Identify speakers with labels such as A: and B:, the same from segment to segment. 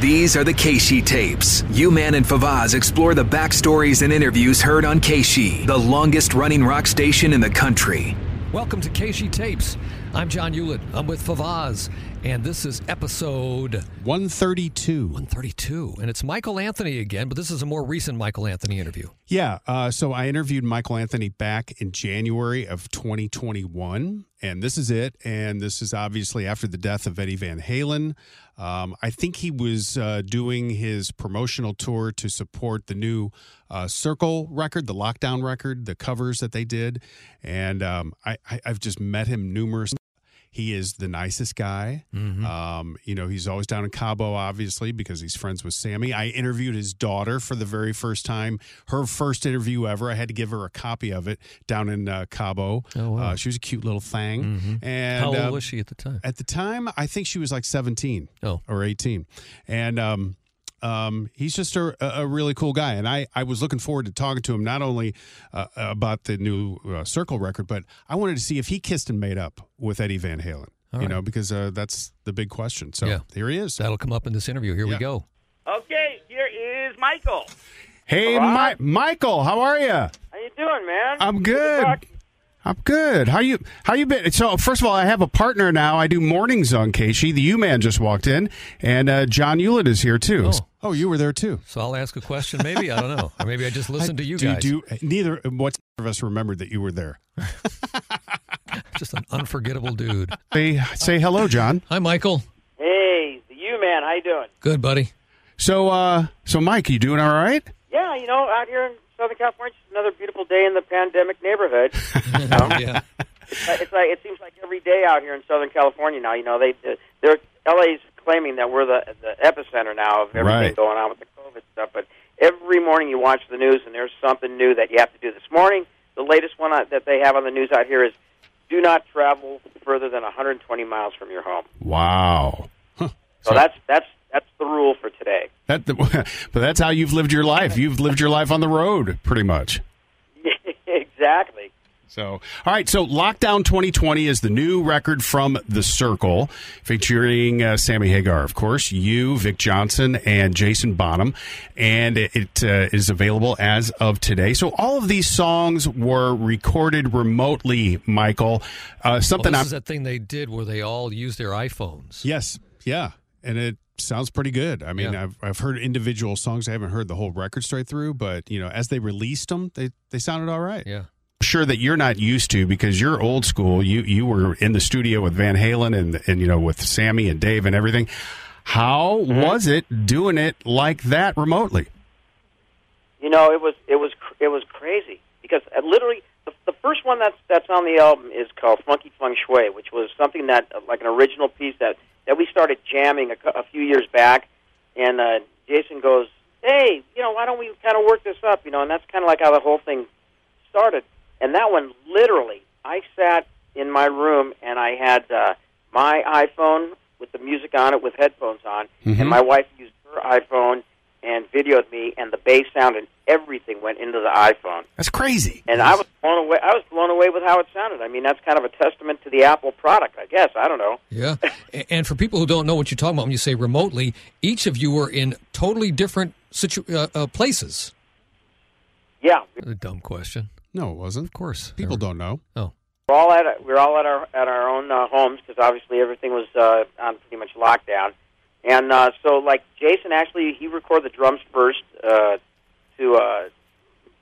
A: These are the Keishi tapes. You Man and Favaz explore the backstories and interviews heard on Keishi, the longest running rock station in the country.
B: Welcome to Keishi Tapes. I'm John Hewlett. I'm with Favaz, and this is episode
C: 132.
B: 132. And it's Michael Anthony again, but this is a more recent Michael Anthony interview.
C: Yeah. Uh, so I interviewed Michael Anthony back in January of 2021, and this is it. And this is obviously after the death of Eddie Van Halen. Um, I think he was uh, doing his promotional tour to support the new uh, Circle record, the Lockdown record, the covers that they did. And um, I, I, I've just met him numerous he is the nicest guy.
B: Mm-hmm.
C: Um, you know, he's always down in Cabo, obviously, because he's friends with Sammy. I interviewed his daughter for the very first time, her first interview ever. I had to give her a copy of it down in uh, Cabo.
B: Oh, wow. Mm-hmm.
C: uh, she was a cute little thing. And
B: How old
C: um,
B: was she at the time?
C: at the time, I think she was like 17
B: Oh.
C: or 18. And um, um, he's just a, a really cool guy. And I, I was looking forward to talking to him, not only uh, about the new uh, Circle record, but I wanted to see if he kissed and made up with Eddie Van Halen, you know, because uh, that's the big question. So
B: Yeah.
C: here he is.
B: That'll come up in this interview. Here we
C: Yeah.
B: go.
D: Okay, here is Michael.
C: Hey,
D: Hi.
C: Mi- Michael, how are you?
D: How you doing, man?
C: I'm good.
D: talk.
C: I'm good. How you how you been? So first of all, I have a partner now. I do mornings on Casey. The U Man just walked in, and uh, John Hewlett is here too.
B: Oh.
C: you were there too.
B: So I'll ask a question, maybe. I don't know. Or maybe I just listened to you
C: do,
B: guys.
C: Do, neither what of us remembered that you were there.
B: Just an unforgettable dude.
C: Say say hello, John.
B: Hi, Michael.
D: Hey, the you man, how you doing?
B: Good, buddy.
C: So uh, so Mike, you doing all right?
D: Yeah, you know, out here in Southern California, it's another beautiful day in the pandemic neighborhood.
B: Yeah.
D: Uh, it's like it seems like every day out here in Southern California now. You know, they they're LA's claiming that we're the the epicenter now of everything
C: Right.
D: going on with the COVID stuff. But every morning you watch the news, and there's something new that you have to do. This morning, the latest one on- that they have on the news out here is: do not travel further than 120 miles from your home.
C: Wow.
D: So that's that's that's the rule for today.
C: That but that's how you've lived your life. You've lived your life on the road, pretty much.
D: exactly.
C: So, all right. So, Lockdown 2020 is the new record from The Circle, featuring uh, Sammy Hagar, of course, you, Vic Johnson, and Jason Bonham. And it, it uh, is available as of today. So, all of these songs were recorded remotely, Michael. Uh,
B: Well,
C: something
B: this
C: I'm.
B: is that thing they did where they all used their iPhones.
C: yes. Yeah. And it sounds pretty good. I mean,
B: Yeah.
C: I've, I've heard individual songs. I haven't heard the whole record straight through, but, you know, as they released them, they, they sounded all right.
B: Yeah.
C: sure that you're not used to because you're old school. You you were in the studio with Van Halen and and you know with Sammy and Dave and everything. How
B: Mm-hmm.
C: was it doing it like that remotely?
D: You know, it was it was cr- it was crazy because uh, literally the, the first one that's that's on the album is called Funky Feng Shui, which was something that uh, like an original piece that that we started jamming a, cou- a few years back, and uh, Jason goes, "Hey, you know, why don't we kind of work this up?" You know, and that's kind of like how the whole thing started. And that one, literally, I sat in my room and I had uh, my iPhone with the music on it with headphones on,
C: Mm-hmm.
D: and my wife used her iPhone and videoed me, and the bass sound and everything went into the iPhone.
C: That's crazy.
D: And I was blown away. I was blown away with how it sounded. I mean, that's kind of a testament to the Apple product, I guess. I don't know.
B: Yeah. A- And for people who don't know what you're talking about when you say remotely, each of you were in totally different situ- uh, uh, places.
D: Yeah,
B: A dumb question.
C: No, it wasn't.
B: Of course.
C: People don't know.
B: Oh.
D: we're all at we're all at our at our own uh, homes because obviously everything was uh, on pretty much lockdown, and uh, so like Jason actually he recorded the drums first uh, to uh,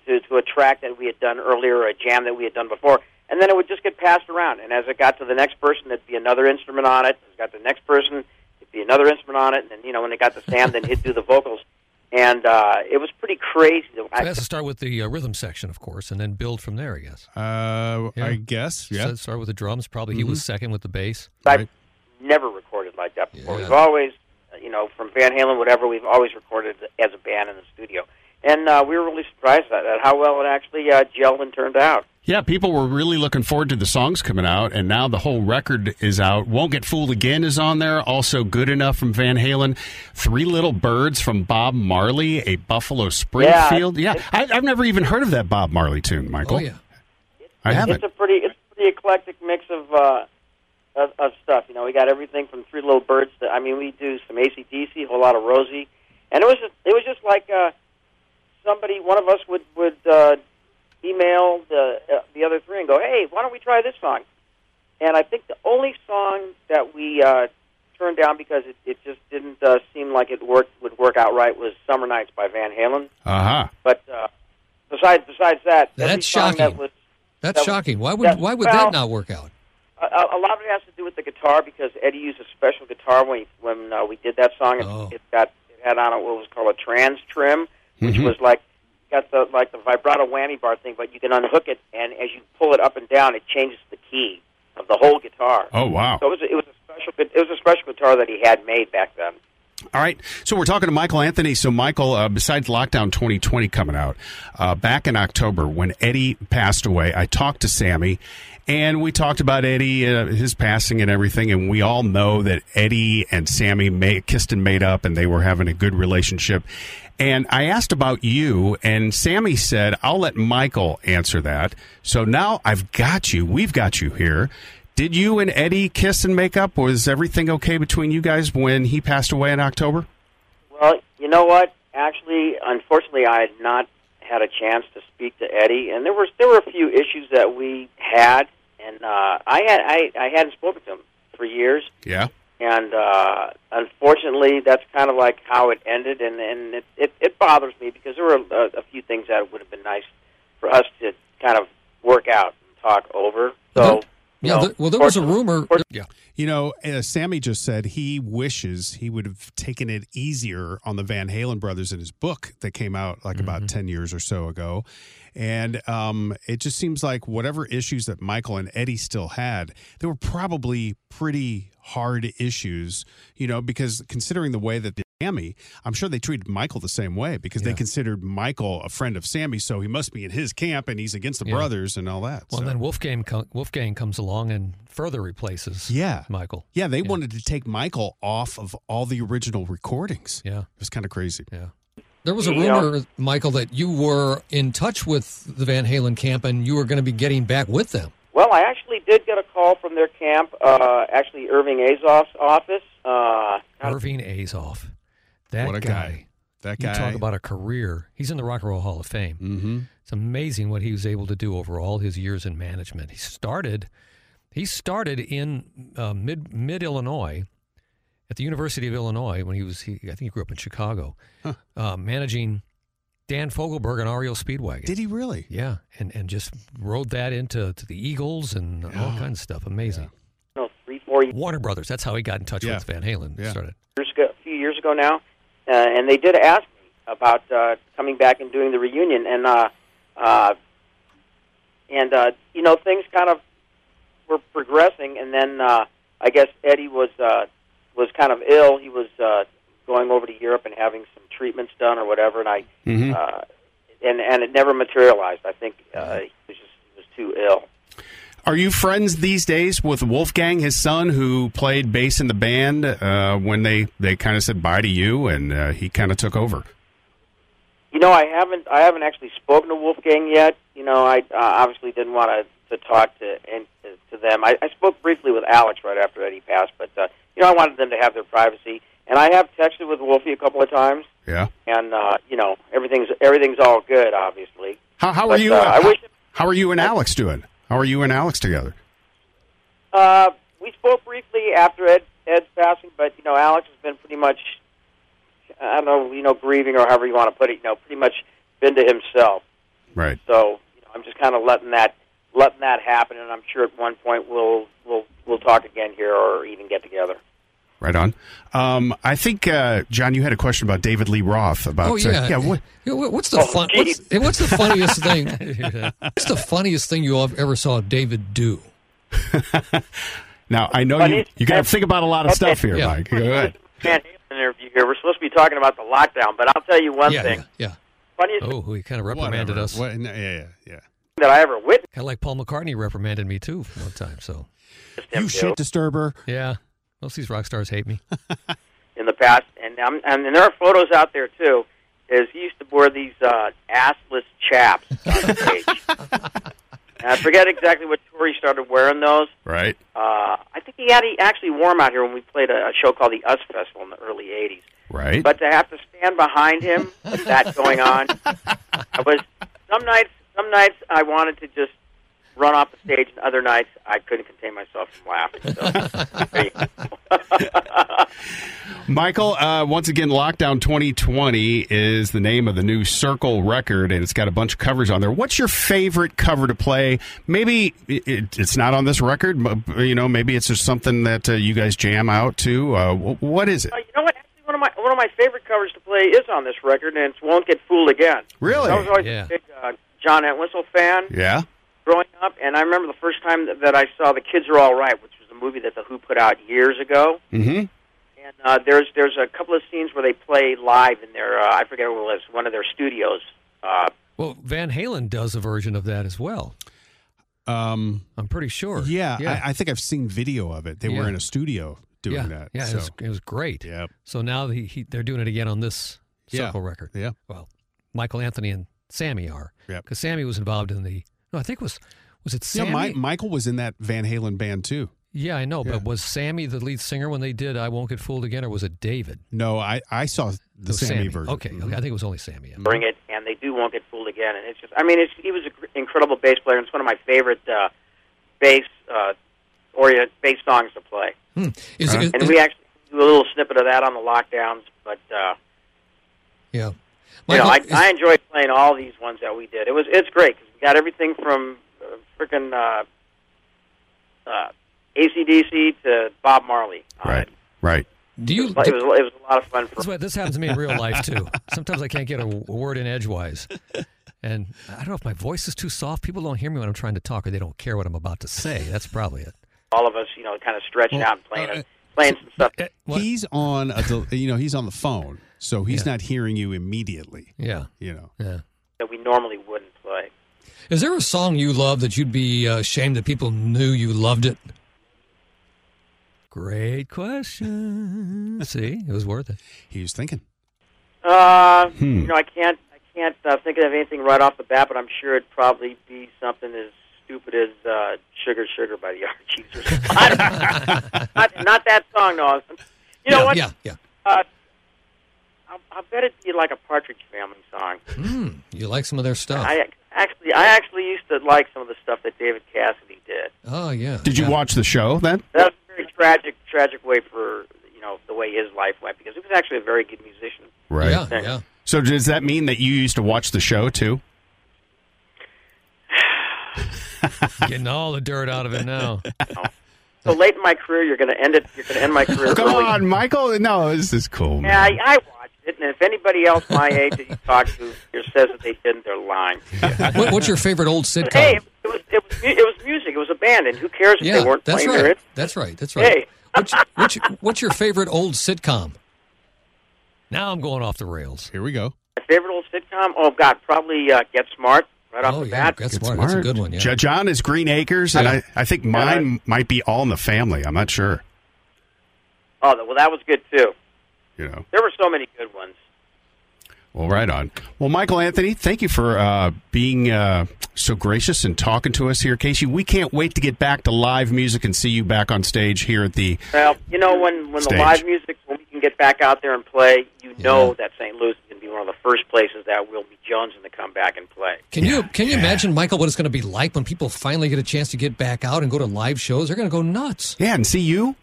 D: to to a track that we had done earlier, a jam that we had done before, and then it would just get passed around. And as it got to the next person, there'd be another instrument on it. It got the next person, it'd be another instrument on it, and then you know when it got to Sam, then he'd do the vocals, and uh, it was pretty crazy.
B: It has to start with the uh, rhythm section, of course, and then build from there, I guess.
C: Uh,
B: Yeah. Mm-hmm. Oh,
C: I guess. Yeah.
B: So start with the drums. Probably he was second with the bass.
D: I've
C: Right.
D: never recorded like that before.
B: Yeah.
D: We've always, uh, you know, from Van Halen, whatever, we've always recorded as a band in the studio. And uh, we were really surprised at, at how well it actually uh, gelled and turned out.
C: Yeah, people were really looking forward to the songs coming out, and now the whole record is out. Won't Get Fooled Again is on there. Also, Good Enough from Van Halen. Three Little Birds from Bob Marley, a Buffalo Springfield. Yeah, I, I've never even heard of that Bob Marley tune, Michael.
B: Oh yeah.
C: I haven't.
D: It's a pretty, it's a pretty eclectic mix of uh, of, of stuff. You know, we got everything from Three Little Birds to I mean, we do some ACDC, a whole lot of Rosie, and it was just, it was just like uh, somebody one of us would would uh, email the uh, the other three and go, hey, why don't we try this song? And I think the only song that we uh, turned down because it, it just didn't uh, seem like it worked would work out right was "Summer Nights" by Van Halen.
C: Uh huh.
D: But uh, besides besides that,
B: That's
D: every song That
B: shocking.
D: was,
B: That's
D: That-
B: shocking. Why would
D: that-
B: why would
D: well-
B: that not work out?
D: a, a lot of it has to do with the guitar because Eddie used a special guitar when he, when uh, we did that song. It,
B: Oh.
D: it got it had on it what was called a trans trim, which
C: Mhm.
D: was like got the like the vibrato whammy bar thing, but you can unhook it and as you pull it up and down, it changes the key of the whole guitar.
C: Oh wow.
D: So it was it was a special it was a special guitar that he had made back then.
C: All right. So we're talking to Michael Anthony. So Michael, uh, besides Lockdown 2020 coming out, uh, back in October when Eddie passed away, I talked to Sammy, and we talked about Eddie, uh, his passing, and everything. And we all know that Eddie and Sammy made, kissed and made up, and they were having a good relationship. And I asked about you, and Sammy said, "I'll let Michael answer that." So now I've got you. We've got you here. Did you and Eddie kiss and make up? Was everything okay between you guys when he passed away in October?
D: Well, you know what? Actually, unfortunately, I had not had a chance to speak to Eddie, and there was there were a few issues that we had, and uh, I had I, I hadn't spoken to him for years,
C: Yeah.
D: and uh, unfortunately, that's kind of like how it ended, and and it it, it bothers me because there were a, a few things that would have been nice for us to kind of work out and talk over. So. you
B: Yeah.
D: know,
B: there- well, there was a
D: fortunately-
B: rumor.
D: fortunately-
B: Yeah.
C: You know, uh, Sammy just said he wishes he would have taken it easier on the Van Halen brothers in his book that came out like
B: Mm-hmm.
C: about 10 years or so ago. And um, it just seems like whatever issues that Michael and Eddie still had, they were probably pretty hard issues, you know, because considering the way that the Sammy, I'm sure they treated Michael the same way because they
B: Yeah.
C: considered Michael a friend of Sammy, so he must be in his camp and he's against the
B: Yeah.
C: brothers and all that.
B: Well,
C: so.
B: and then Wolfgang co- Wolfgang comes along and further replaces
C: yeah.
B: Michael.
C: Yeah, they wanted to take Michael off of all the original recordings.
B: Yeah.
C: It was kind of crazy.
B: Yeah. There was a
D: Yeah.
B: rumor, Michael, that you were in touch with the Van Halen camp and you were going to be getting back with them.
D: Well, I actually did get a call from their camp, uh, actually Irving Azoff's office. Uh,
B: Irving Azoff. That
C: What a guy. That guy.
B: You talk about a career. He's in the Rock and Roll Hall of Fame.
C: Mhm.
B: It's amazing what he was able to do over all his years in management. He started, he started in uh, mid mid Illinois, at the University of Illinois when he was. He, I think he grew up in Chicago, uh, managing Dan Fogelberg and Ariel Speedwagon.
C: Did he really?
B: yeah, and and just rode that into to the Eagles and all
C: Yeah.
B: kinds of stuff. Amazing.
D: you know, three, four years
B: Warner Brothers. That's how he got in touch
C: Yeah.
B: with Van Halen.
C: Yeah.
B: Started.
D: ago, a few years ago now, uh, and they did ask me about uh, coming back and doing the reunion, and uh, uh, and uh, you know things kind of were progressing, and then uh, I guess Eddie was uh, was kind of ill. He was uh, going over to Europe and having some treatments done or whatever, and I
C: Mhm.
D: uh, and and it never materialized. I think uh, he was just he was too ill.
C: Are you friends these days with Wolfgang, his son, who played bass in the band uh, when they, they kind of said bye to you and uh, he kind of took over?
D: You know, I haven't I haven't actually spoken to Wolfgang yet. You know, I uh, obviously didn't want to to talk to and to them. I, I spoke briefly with Alex right after Eddie passed, but uh, you know, I wanted them to have their privacy. And I have texted with Wolfie a couple of times,
C: Yeah.
D: and uh, you know, everything's everything's all good, obviously.
C: How, how are
D: But,
C: you?
D: uh, I wish.
C: how are you and Alex doing? How are you and Alex together?
D: Uh, we spoke briefly after Ed, Ed's passing, but you know, Alex has been pretty much, I don't know, you know, grieving or however you want to put it. You know, pretty much been to himself.
C: Right.
D: So you know, I'm just kind of letting that letting that happen, and I'm sure at one point we'll we'll we'll talk again here or even get together.
C: Right on. Um, I think, uh, John, you had a question about David Lee Roth. About
B: Oh yeah,
C: Uh, yeah what,
B: Yeah, what- What's the
D: Oh,
B: fun?
D: geez.
B: What's, hey, what's the funniest thing? What's the funniest thing you all ever saw David do?
C: now, I know
D: But
C: you,
D: it's-
C: you got to think about a lot of
D: Okay.
C: stuff here,
B: Yeah.
C: Mike. Go ahead.
D: Van Halen interview here. We're supposed to be talking about the lockdown, but I'll tell you one
B: yeah,
D: thing.
B: yeah, yeah.
D: Funniest thing
B: Oh, he kind of reprimanded
C: Whatever.
B: us.
C: What- no, yeah, yeah, yeah.
D: that I ever witnessed
B: Kind of like Paul McCartney reprimanded me too one time. So
D: him
C: You
D: do
C: shit disturber.
B: yeah, most of these rock stars hate me.
D: in the past, and um, and there are photos out there too. Is he used to wear these uh, assless chaps on the stage. And I forget exactly what tour he started wearing those.
C: Right.
D: Uh, I think he had he actually warm out here when we played a, a show called the Us Festival in the early '80s.
E: Right.
D: But to have to stand behind him with that going on, I was some nights. Some nights I wanted to just run off the stage, and other nights I couldn't contain myself from laughing. So,
E: Michael, uh, once again, Lockdown 2020 is the name of the new Circle record, and it's got a bunch of covers on there. What's your favorite cover to play? Maybe it, it, it's not on this record, but you know, maybe it's just something that uh, you guys jam out to. Uh, wh- what is it?
D: Uh, you know what? Actually, one of my one of my favorite covers to play is on this record, and it's "Won't Get Fooled Again."
E: Really?
D: I was always
B: Yeah.
D: a big uh, John Entwistle fan
E: Yeah.
D: growing up, and I remember the first time that, that I saw "The Kids Are All Right," which was a movie that the Who put out years ago.
E: Mm-hmm.
D: And uh, there's there's a couple of scenes where they play live in their uh, I forget where it was one of their studios. Uh,
B: Well, Van Halen does a version of that as well.
C: Um,
B: I'm pretty sure.
C: yeah,
B: yeah,
C: I, I think I've seen video of it. They were
B: Yeah.
C: in a studio doing
B: yeah,
C: that.
B: yeah, it,
C: so.
B: was, it was great.
C: Yep.
B: So now the, he, they're doing it again on this
C: Yeah.
B: circle record.
C: Yeah.
B: Well, Michael Anthony and Sammy are.
C: Yep.
B: Because Sammy was involved in the. No, I think it was was it Sammy?
C: Yeah, Mi- Michael was in that Van Halen band too.
B: Yeah, I know.
C: Yeah.
B: But was Sammy the lead singer when they did "I Won't Get Fooled Again," or was it David?
C: No, I, I
F: Oh,
C: saw
B: It
C: the
B: was
C: Sammy, version. Mm-hmm.
B: Okay, okay. I
E: Mhm.
B: think it was only Sammy. yeah.
D: bring it, and they do won't get fooled again. And it's just, I mean, it's, he was an incredible bass player, and it's one of my favorite uh, bass uh, or uh, bass songs to play.
B: Is, is-
D: And
B: is-
D: we actually do a little snippet of that on the lockdowns, but uh,
B: yeah.
D: you know,
B: Michael,
D: I,
B: is-
D: I enjoyed playing all these ones that we did. It was it's great because we got everything from uh, freaking uh, uh, ACDC to Bob Marley. on
E: Right.
D: it.
E: Right.
B: do you?
D: It was, it was it was a lot of fun for
B: That's why this happens to me in real life too. Sometimes I can't get a w- word in edgewise, and I don't know if my voice is too soft. People don't hear me when I'm trying to talk, or they don't care what I'm about to say. That's probably it.
D: all of us, you know, kind of stretching out and playing
C: uh,
D: playing some stuff.
B: Eh, what-
C: He's on a del- you know he's on the phone, so he's not hearing you immediately.
B: yeah,
C: You know,
B: yeah.
D: that we normally wouldn't play.
F: Is there a song you love that you'd be uh, ashamed that people knew you loved it?
B: Great question. See, it was worth it.
C: he was thinking.
D: Uh,
B: Hmm.
D: You know, I can't, I can't uh, think of anything right off the bat, but I'm sure it'd probably be something as stupid as uh, "Sugar Sugar" by the Archies or something. not, not, not that song, no. You know
F: yeah,
D: what?
F: yeah, yeah.
D: Uh, I, I bet it'd be like a Partridge Family song.
F: You like some of their stuff?
D: I ac- actually, I actually used to like some of the stuff that David Cassidy did.
F: oh, yeah.
E: Did you
F: yeah.
E: watch the show then?
D: That's a very tragic, tragic way for you know the way his life went because he was actually a very good musician.
E: Right.
F: Yeah, yeah.
E: So does that mean that you used to watch the show too?
B: Getting all the dirt out of it now.
D: So late in my career, you're going to end it. You're going to end my career.
E: Come
D: early.
E: on, Michael. No, this is cool.
D: Yeah, I,
E: man.
D: I watched it, and if anybody else my age that you talk to here says that they didn't, they're lying.
F: What, what's your favorite old sitcom?
D: But hey, it, was it was mu- it was music. It was a band, and who cares if
F: yeah,
D: they weren't
F: that's
D: playing
F: right.
D: their instruments?
F: That's right. That's right.
D: Hey.
F: What's, what's, what's your favorite old sitcom?
B: Now I'm going off the rails.
C: Here we go.
D: My favorite old sitcom. Oh God, probably uh, Get Smart right off
F: oh,
D: the
F: yeah.
D: bat.
F: That's smart. That's a
E: Smart.
F: good one. Yeah.
E: Jo- John is Green Acres, and I, I think mine might be All in the Family. I'm not sure.
D: oh, th- well, that was good too.
E: You know.
D: There were so many good ones.
E: Well, right on. Well, Michael Anthony, thank you for uh, being uh, so gracious and talking to us here, Casey. We can't wait to get back to live music and see you back on stage here at the.
D: Well, you know when when
E: Stage.
D: the live music when we can get back out there and play, you know that St. Louis is going to be one of the first places that we'll be jonesing to come back and play.
F: Can you can you imagine, Michael, what it's going to be like when people finally get a chance to get back out and go to live shows? They're going to go nuts.
E: Yeah, and see you.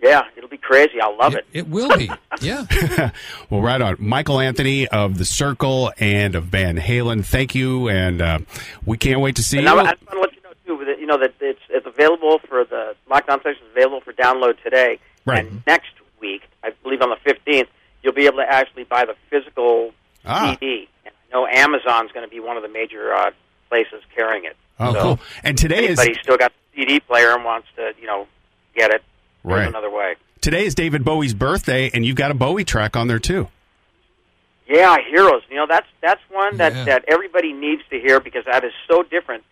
D: Yeah, it'll be crazy. I love it.
F: It will be. Yeah.
E: Well, right on. Michael Anthony of The Circle and of Van Halen, thank you. And uh, we can't wait to see
D: And I,
E: you.
D: I just want to let you know too that you know that it's it's available for the lockdown session is available for download today.
E: Right.
D: And next week, I believe on the fifteenth, you'll be able to actually buy the physical
E: Ah.
D: CD. And I know Amazon's going to be one of the major uh, places carrying it.
E: oh,
D: so
E: cool. And today is,
D: Anybody still got the CD player and wants to you know get it? There's
E: Right.
D: another way.
E: today is David Bowie's birthday, and you've got a Bowie track on there, too.
D: Yeah, heroes. You know, that's that's one that
F: Yeah.
D: that everybody needs to hear because that is so different.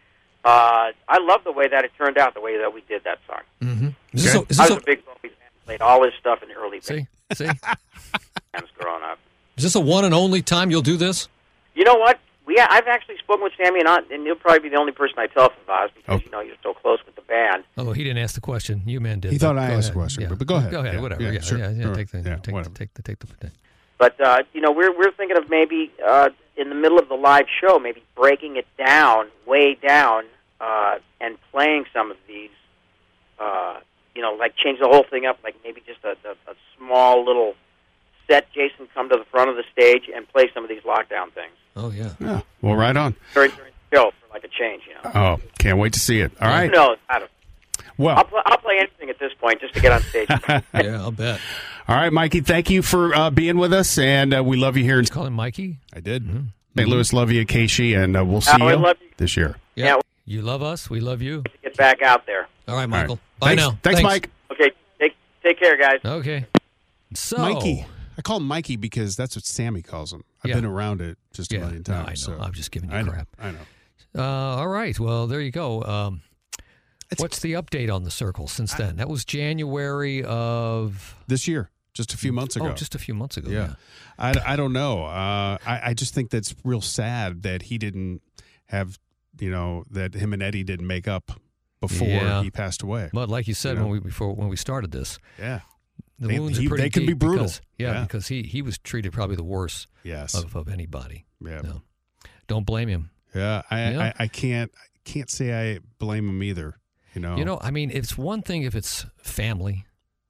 D: Uh, I love the way that it turned out, the way that we did that song.
E: Mm-hmm.
F: Is this, a, is,
D: I
F: this a,
D: was a big Bowie fan. Played all his stuff in the early
B: See, see.
D: bands growing up.
F: is this a one and only time you'll do this?
D: You know what? We yeah, I've actually spoken with Sammy, and, I, and you'll probably be the only person I tell from Oz because
E: Oh.
D: you know you're so close with the band.
B: Oh, he didn't ask the question. You man did.
C: He thought
B: But
C: I
B: go
C: asked the
B: ahead.
C: question,
B: Yeah.
C: but- but go ahead.
B: Go ahead.
C: Yeah,
B: whatever.
C: yeah,
B: Yeah,
C: sure.
B: yeah, yeah,
C: Sure.
B: Take the
C: Yeah,
B: take, the
C: whatever.
B: take the take the.
D: But uh, you know, we're we're thinking of maybe uh, in the middle of the live show, maybe breaking it down, way down, uh, and playing some of these. Uh, you know, like change the whole thing up, like maybe just a, a, a small little set. Jason, come to the front of the stage and play some of these lockdown things
F: Oh yeah.
E: Yeah. Well, right on.
D: during, during the show for like a change. You know,
E: Oh, can't wait to see it. All
D: who
E: right.
D: knows? I don't. I'll,
E: Well,
D: pl- I'll play anything at this point just to get on stage.
F: Yeah, I'll bet.
E: all right, Mikey. Thank you for uh, being with us, and uh, we love you here in
B: You call him Mikey.
C: I did.
B: Mm-hmm.
E: St. Louis. Love you, Casey, and uh, we'll see
D: Oh, I
E: you,
D: love you.
E: this year.
F: Yeah.
D: Yeah.
B: You love us. We love you.
D: Get back out there.
F: All right,
E: All right.
F: Michael. Bye
E: Thanks-
F: now.
E: Thanks, Mike.
D: Okay, take take care, guys.
B: Okay. So
C: Mikey. I call him Mikey because that's what Sammy calls him. I've
B: Yeah.
C: been around it just a
B: Yeah,
C: million
B: no, I
C: times.
B: know.
C: so-
B: I'm just giving you
C: I know,
B: crap.
C: I know.
B: Uh, all right. Well, there you go. Um, what's the update on the circle since then? That was January of
C: This year, just a few months ago.
B: oh, just a few months ago.
C: yeah. I, I don't know. Uh, I, I just think that's real sad that he didn't have, you know, that him and Eddie didn't make up before
B: Yeah.
C: he passed away.
B: But like you said
C: You know.
B: when we before when we started this,
C: Yeah.
B: the
C: They-
B: wounds
C: he-
B: are pretty
C: they can be
B: deep
C: brutal.
B: Because, yeah,
C: Yeah.
B: because he he was treated probably the worst
C: Yes.
B: of, of anybody.
C: yeah.
B: oh, No. Don't blame him.
C: Yeah. I,
B: Yeah.
C: I, I can't I can't say I blame him either. You know.
B: You know, I mean, it's one thing if it's family,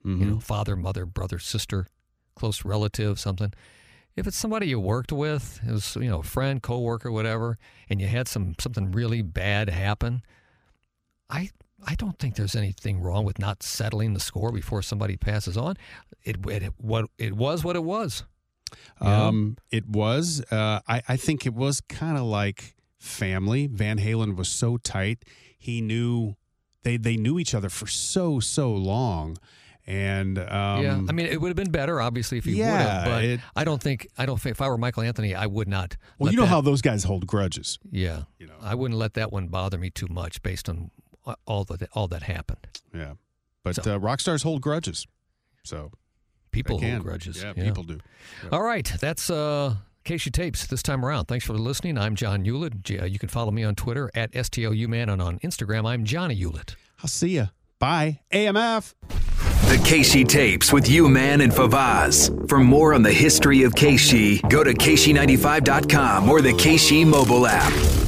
C: Mhm.
B: you know, father, mother, brother, sister, close relative, something. If it's somebody you worked with, it was you know, a friend, coworker, whatever, and you had some something really bad happen, I I don't think there's anything wrong with not settling the score before somebody passes on. It it what it was what it was. Yeah.
C: Um, it was. Uh, I, I think it was kind of like family. Van Halen was so tight. He knew they they knew each other for so so long, and um,
B: yeah, I mean, it would have been better, obviously, if you would
C: yeah,
B: have. But
C: it-
B: I don't think I don't think if I were Michael Anthony, I would not.
C: well,
B: let
C: you know
B: that- Uh,
C: how those guys hold grudges.
B: Yeah,
C: You know.
B: I wouldn't let that one bother me too much, based on uh, all that all that happened.
C: Yeah, but
B: So-
C: uh, rock stars hold grudges, so they
B: People
C: can.
B: hold grudges.
C: Yeah,
B: yeah.
C: people do.
B: All right, that's uh, Casey Tapes this time around. Thanks for listening. I'm John Hewlett. J- uh, You can follow me on Twitter at STOUman and on Instagram, I'm Johnny Hewlett.
C: I'll see ya. Bye. AMF.
A: The Keishi tapes with you, man, and Favaz. For more on the history of Keishi, go to Keishi95.com or the Keishi mobile app.